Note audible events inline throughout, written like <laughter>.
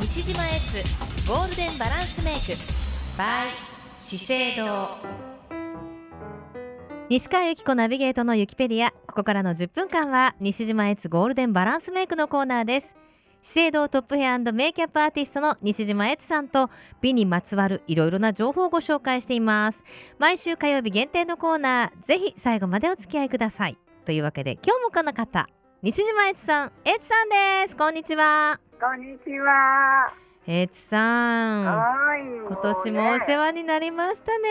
西島エッツゴールデンバランスメイク by 資生堂西川由紀子ナビゲートのユキペディアここからの10分間は西島エッツゴールデンバランスメイクのコーナーです資生堂トップヘアメイキャップアーティストの西島エッツさんと美にまつわるいろいろな情報をご紹介しています毎週火曜日限定のコーナーぜひ最後までお付き合いくださいというわけで今日もこの方西島エツさんエツさんですこんにちはこんにちは。エツさんはい。今今年もお世こ話になりましたち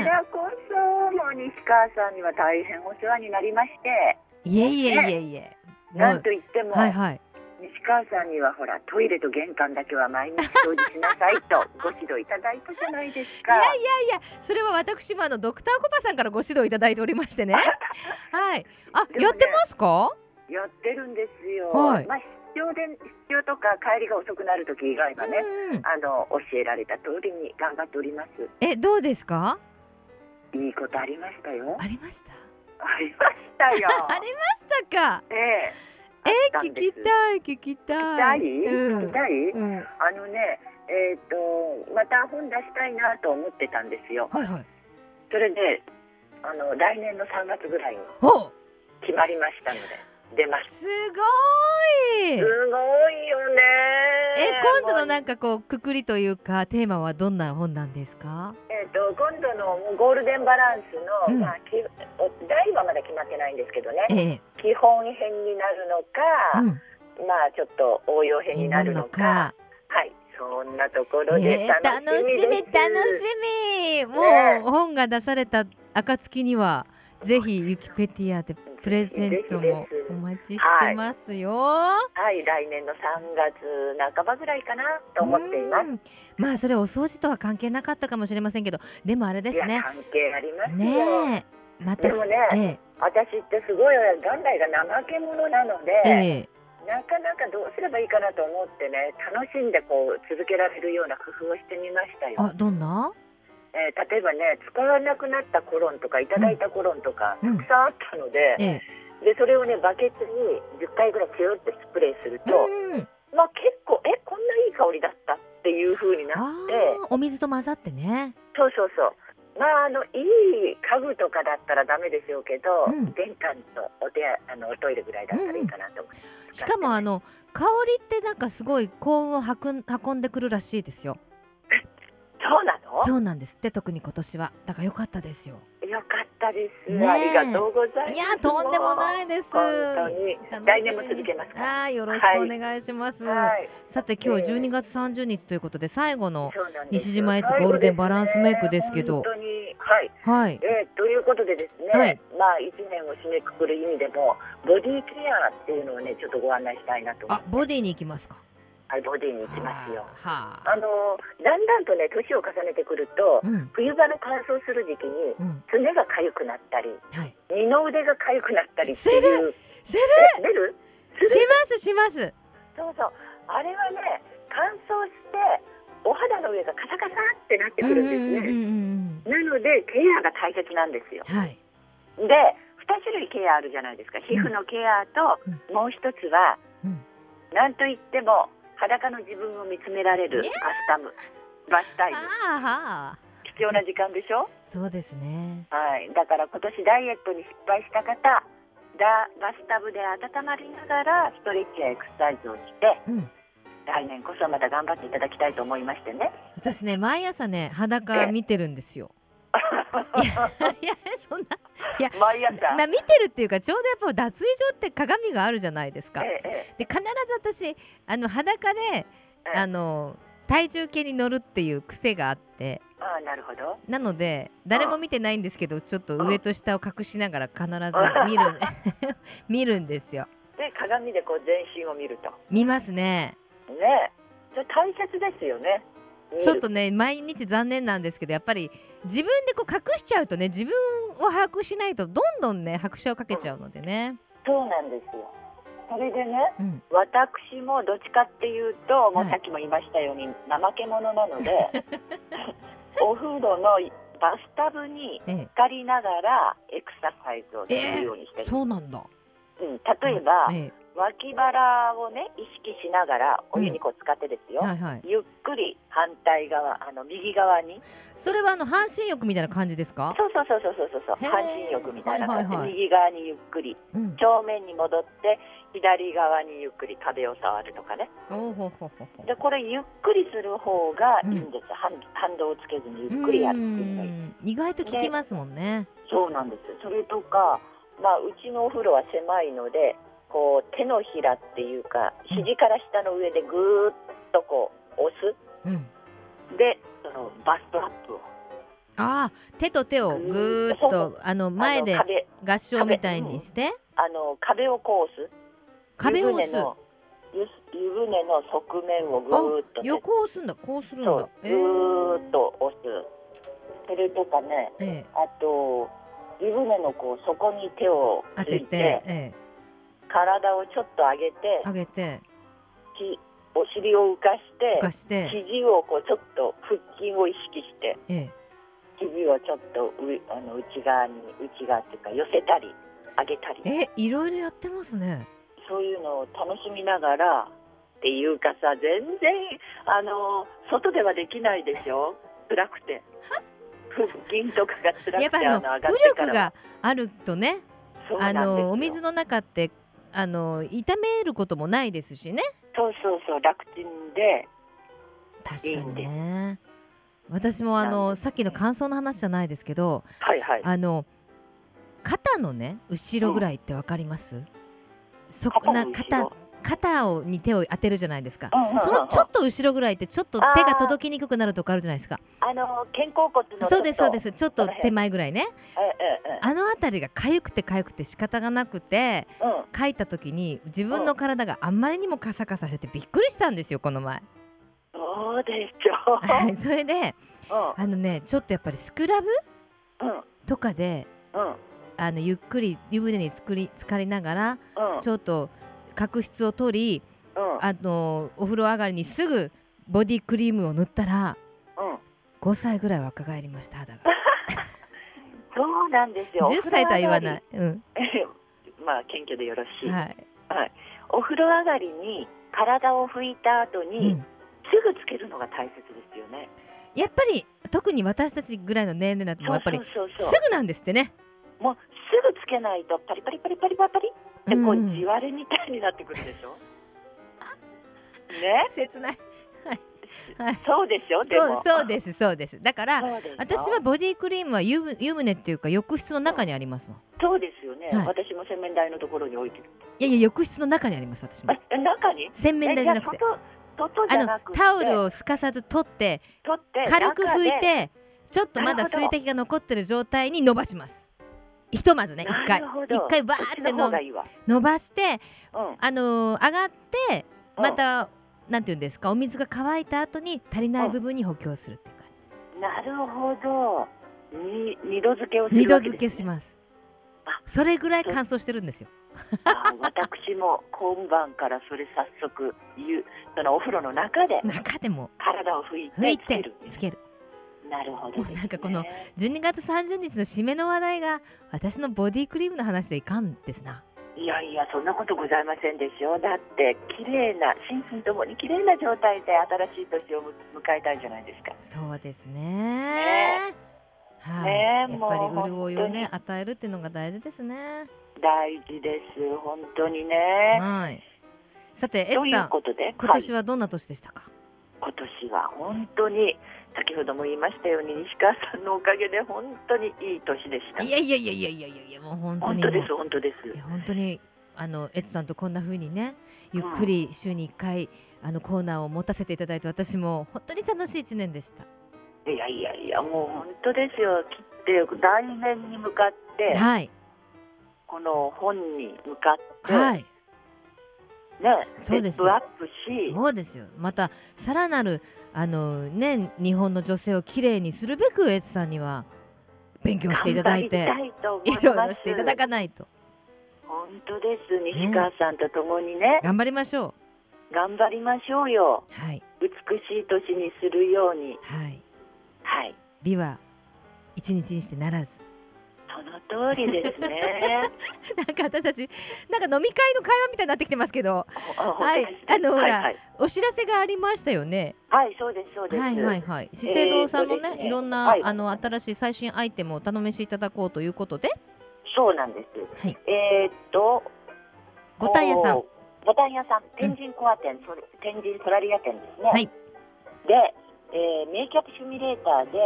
ねらこそ、もう西川さんには大変お世話になりまして、いえいえいえいえもなんうといっても、はいはい西川さんにはほら、トイレと玄関だけは毎日掃除しなさいとご指導いただいたじゃないですいか。やいやいやそれは私もあのドクターコパさんからご指導いただいておりま <laughs> してねはいあ、でもねやってますかやってるんですよ。はいまあ、出張で、出張とか帰りが遅くなる時以外はね、うんうんあの、教えられた通りに頑張っております。えどうですかいいことありましたよ。ありましたありましたよ <laughs> 。ありましたかええ。あった聞んですきたい聞きた痛いい、うん痛い、うんはあのねえっ、とまた本出したいなと思ってたんですよいはいそれであの来年の3月ぐらいにほう決まりましたので出ますすごいすごいよねえ今度のもうなんかこうくくりというかテーマはどんな本なんですかえっ、と今度のゴールデンバランスの、うんまあ、きお題はまだ決まってないんですけどねええ、基本編になるのうか、ん、まあちょっと応用編みにんななるるののかかはいそんなところえでえ楽楽しみしです、み楽しみもねう本が出された暁にはぜひユキペティアでプレゼントもぜひでおす待ちしてますよ。はい、来年の3月半ばぐらいかなと思っています。うんまあそれお掃除とは関係なかったかもしれませんけどでもあれでいすや、ね関係ありますよ。ねえまたでもねええ私ってすごい元来が怠け者なのえで、えなかなかどうすればいいかなと思ってね、楽しんでこう続けられるような工夫をしてみましたよ。あどんなえー例えばね、使わなくなったコロンとかいただいたコロンとか、うんたくさんあったので、ええでそれをねバケツに10回ぐらい強ってスプレーすると、うんまあ結構えこんないい香りだったっていう風になあって。ーお水と混ざってねそうそうそう。まああのいい家具とかだったらダメでしょうけど、うん玄関とお手洗いあのおトイレぐらいだったらいいかなと思って、しかもあの香りってなんかすごい幸運を運ん運んでくるらしいですよそうなの？そうなんですって特に今年はだから良かったですよよかったです、ねえありがとうございます。。いやとんでもないいです本当に来年も続けますから。はいよろしくお願いします、はい。さて今日ええ12月30日ということで最後のそうなんです西島エツゴールデンバランスメイクですけど本当にはい。はいえーということでですね、はいまあ一年を締めくくる意味でもボディケアっていうのをねちょっとご案内したいなと思っあて。ボディに行きますかはいボディに行きますよ。はあはああのだんだんとね年を重ねてくるとうん冬場の乾燥する時期にうんすねが痒くなったりはい二の腕が痒くなったりってすいうするえ出るしするますしますそうそうあれはね乾燥してお肌の上がカサカサってなってくるんうですんうんうんうね、んなのでケアが大切なんですようんはいで二種類ケアあるじゃないですか皮膚のケアとうんもう一つは、うんなんといっても裸の自分を見つめられるバいやスタムバスタイムああはあ貴重な時間でしょそうですねはい、だから今年ダイエットに失敗した方だバスタブで温まりながらストレッチやエクササイズをしてうん来年こそまた頑張っていただきたいと思いましてね <laughs> 私ね毎朝ね裸見てるんですよ。いや <laughs> いやそんな毎朝、まあ見てるっていうかちょうどやっぱ脱衣所って鏡があるじゃないですか。ええでえ必ず私あの裸でえあの体重計に乗るっていう癖があってえ、ああなるほどなので誰も見てないんですけどちょっと上と下を隠しながら必ず見る <laughs> 見るんですよ。で鏡でこう全身を見ると見ますね。ねえそれ大切ですよね見るちょっとね毎日残念なんですけどやっぱり自分でこう隠しちゃうとね自分を把握しないとどんどんね拍車をかけちゃうのでね。そうなんですよそれでねうん、私もどっちかっていうともうはいさっきも言いましたように怠け者な <laughs> のでお風呂のバスタブにえ浸かりながらエクササイズをするようにしてえ、る、そうなんだ。うん、例えば、え脇腹をね意識しながらお湯にこう使ってですよ、はいはい。ゆっくり反対側あの右側にそれはあの半身浴みたいな感じですか？そうそうそうそうそうそうへー半身浴みたいな感じで、はいはいはい右側にゆっくりうん。正面に戻って左側にゆっくり壁を触るとかねおおほほほほ。でこれゆっくりする方がいいんです、う反反動をつけずにゆっくりやるっていうのがいいうん意外と効きますもんね。そうなんですそれとか、まあ、うちのお風呂は狭いのでこう手のひらっていうか肘から下の上でぐーっとこう押すうん。でそのバストアップをああ手と手をぐーっとあの前であの壁合唱みたいにしてあの壁をこう押す壁を押湯す船。の湯湯船の側面をぐーっとね横を押すんだこうするんそうだ。ぐえーーっと押す、それとかねええあと湯船のこう底に手を当ついてててええ体をちょっと上げて上げてきお尻を浮かして浮かして肘をこうちょっと腹筋を意識してええ肘をちょっとうあの内側に内側っていうか寄せたり上げたりえいろいろやってますね。そういうのを楽しみながらっていうかさ全然あの外ではできないでしょ辛くて腹筋とかが辛やっくぱてあの浮あの上がってから力があるとねそうなあんですよのお水の中ってあの痛めることもないですしねそうそうそう楽ちんで確かいいんにですね私もあなんのですさっきの感想の話じゃないですけどはいはいあの肩のね後ろぐらいってわかります、そこ肩のな後ろ肩肩をに手を当てるじゃないですか、うんうんうんうんそのちょっと後ろぐらいってちょっと手が届きにくくなるとかあるじゃないですかあの肩甲骨のちょっとそうですそうですちょっと手前ぐらいねえええあの辺りが痒くて痒くて仕方がなくてえうん書いた時に自分の体があんまりにもカサカサしててびっくりしたんですよこの前。そうでしょは <laughs> いそれでうあのねちょっとやっぱりスクラブんうんとかでうんあのゆっくり湯船につくり浸かりながらうんちょっと角質を取りうんあのお風呂上がりにすぐボディクリームを塗ったらうん5歳ぐらい若返りました肌がそうなんですよ。。10歳とは言わないい、うん <laughs> まあ謙虚でよろしい。はいお風呂上がりに体を拭いた後うに、ん、すぐつけるのが大切ですよね。やっぱり特に私たちぐらいの年齢になってもやっぱりそうそうそうそすぐなんですってね。う。もうすぐつけないとパリパリパリパリパリパリってこう、うん地割れみたいになってくるでしょ。ね、切ない。はい。はい。そうでしょ。でそうもそうですそうです。だからそうですよ私はボディクリームは湯船湯船っていうか浴室の中にありますもん。そうですよね、はい私も洗面台のところに置いてる。いやいや浴室の中にあります私も。あ、中に？洗面台じゃなくえて。や外外じあのゃなくてタオルをすかさず取って取って軽く拭い中でてちょっとまだなるほど水滴が残ってる状態に伸ばします。ひとまずね一な回るほど一回バそーっちての方のがいいわ伸ばしてうんあのー上がってうんまたなんていうんですかお水が乾いた後に足りない部分に補強するっていう感じ。なるほどに二度漬けをす二る度わけ漬でけす、しね、ます。それぐらい乾燥してるんですよ。あー私も今晩からそれ早速ゆそのお風呂の中で中でも体を拭い拭いてつけてるつける。なるほどです、もね、うなんかこの12月30日の締めの話題が私のボディクリームの話でいかんですな。いやいやそんなことございませんでしょうだって綺麗な心身ともに綺麗な状態で新しい年をむ迎えたいじゃないですかそうですね。ねはい、ねえやっぱもうり潤いをね本与えるっていうのが大事ですね。大事です本当にねはい。さてエとツいさ、うんことで今はい年はどんな年でしたか。今年は本当に先ほども言いましたように西川さんのおかげで本当にいい年でしたい、やいやいやいやいやいやいやもう本当本に当でもうす本当ですいや本当にあのエツさんとこんな風にねゆっくり週に1回、あのコーナーを持たせていただいて私も本当に楽しい1年でした、いやいやいやもう本当ですよきっと来年に向かってはいこの本に向かって、はいねそうですステップアップしそうですよまたさらなるあのね日本の女性をきれいにするべくエツさんには勉強していただいて頑張りたいと思いいますろいろしていただかないと本当です西川さんと共にね頑張りましょ頑張りましょうようはい美しい年にするようにはいはい美は一日にしてならずその通りですね。 <laughs> なんか私たちなんか飲み会の会話みたいになってきてますけどはいあのほらはい、お知らせがありましたよねはい、そうですそうです。はいはいはい資生堂さんのえーね,、とですねいろんな、はいあの新しい最新アイテムをお頼めしいただこうということでそうなんです。はいえーっと、ボタン屋さんこう。ボタン屋さん、天神コア店、それ天神ソラリア店ですね。はいで、えーメイキャップシミュレーターで、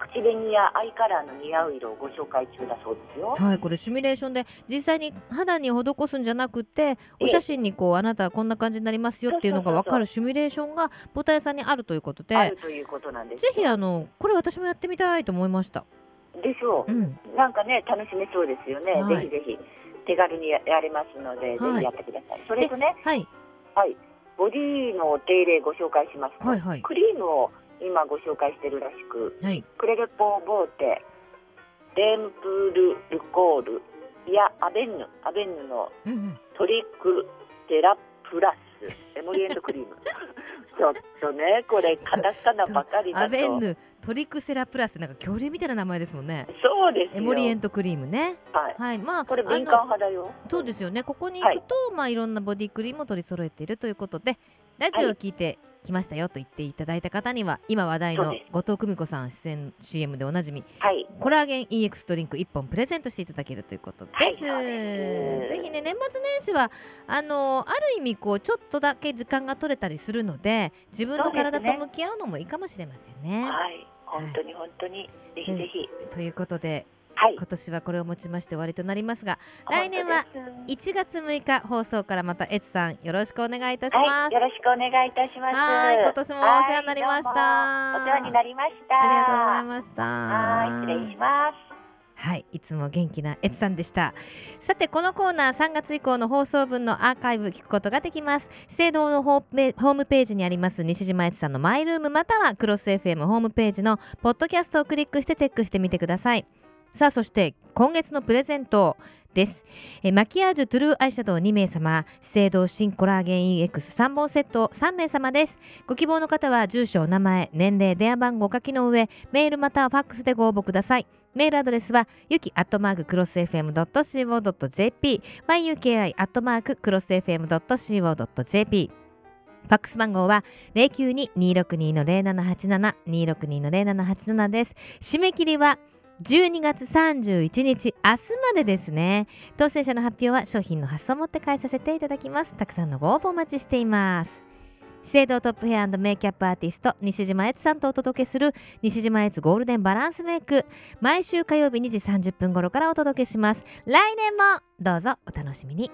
口紅やアイカラーの似合う色をご紹介中だそうですよ。はいこれシミュレーションで実際に肌に施すんじゃなくてお写真にこうあなたはこんな感じになりますよっていうのが分かるシミュレーションがボタン屋さんにあるということであるということなんですぜよ。ひあのこれ私もやってみたいと思いました。でしょうう。ん、なんかね、楽しめそうですよね。はいぜひぜひ、手軽にややれますのはで、いぜひやってください。それとね、はい、はい、ボディのお手入れご紹介しますと、はいはいクリームを今ご紹介してるらしく、はい、クレレポーボーテ、デンプルルコール、いや、アベンヌ、アベンヌのうんうん、トリックテラプラス、エモリエントクリー <laughs> ム。ちょっとね、これ、カタカナばかりだと。アベンヌトリクセラプラスってなんか恐竜みたいな名前ですもんね。そうですよ。エモリエントクリームね。はい。はい、まあ、これ、あ敏感の、派だよ。そうですよね。ここに行くと、い、まあ、いろんなボディクリームを取り揃えているということで。ラジオを聞いてきましたよと言っていただいた方には、今話題そうのです後藤久美子さん出演 CM でおなじみ。はい。コラーゲン EX ドリンク1本プレゼントしていただけるということではいす。そうですぜひね年末年始はあのある意味こうちょっとだけ時間が取れたりするので自分の体と向き合うのもいいかもしれませんね。はい。本当に本当に、ぜひぜひ。ということではい。今年はこれをもちまして終わりとなりますが来年は本当です1月6日放送からまたエツさんよろしくお願いいたしはまい、す。よろしくお願いいたします。はい今年もお世話になりましたはいどうもお世話になりました。ありがとうございました。はい、失礼します。はい、いつも元気なエツさんでした。さて、このコーナー3月以降の放送分のアーカイブ聞くことができます。資生堂のホームペホームページにあります西島エツさんのマイルームまたはクロス FM ホームページのポッドキャストをクリックしてチェックしてみてください。さあ、そして今月のプレゼントです。えーマキアージュトゥルーアイシャドウ2名様、資生堂新コラーゲン EX3 本セット3名様です。ご希望の方は住所、お名前、年齢、電話番号をお書きの上、メールまたはファックスでご応募ください。メールアドレスはゆきアットマーククロス FM.co.jp yuki アットマーククロス FM.co.jp ファックス番号は092-262-0787 262-0787です締め切りは12月31日明日までですね当選者の発表は商品の発送をもって返させていただきますたくさんのご応募お待ちしています資生堂トップヘアメイキャップアーティスト西島悦さんとお届けする西島悦ゴールデンバランスメイク毎週火曜日2時30分頃からお届けします来年もどうぞお楽しみに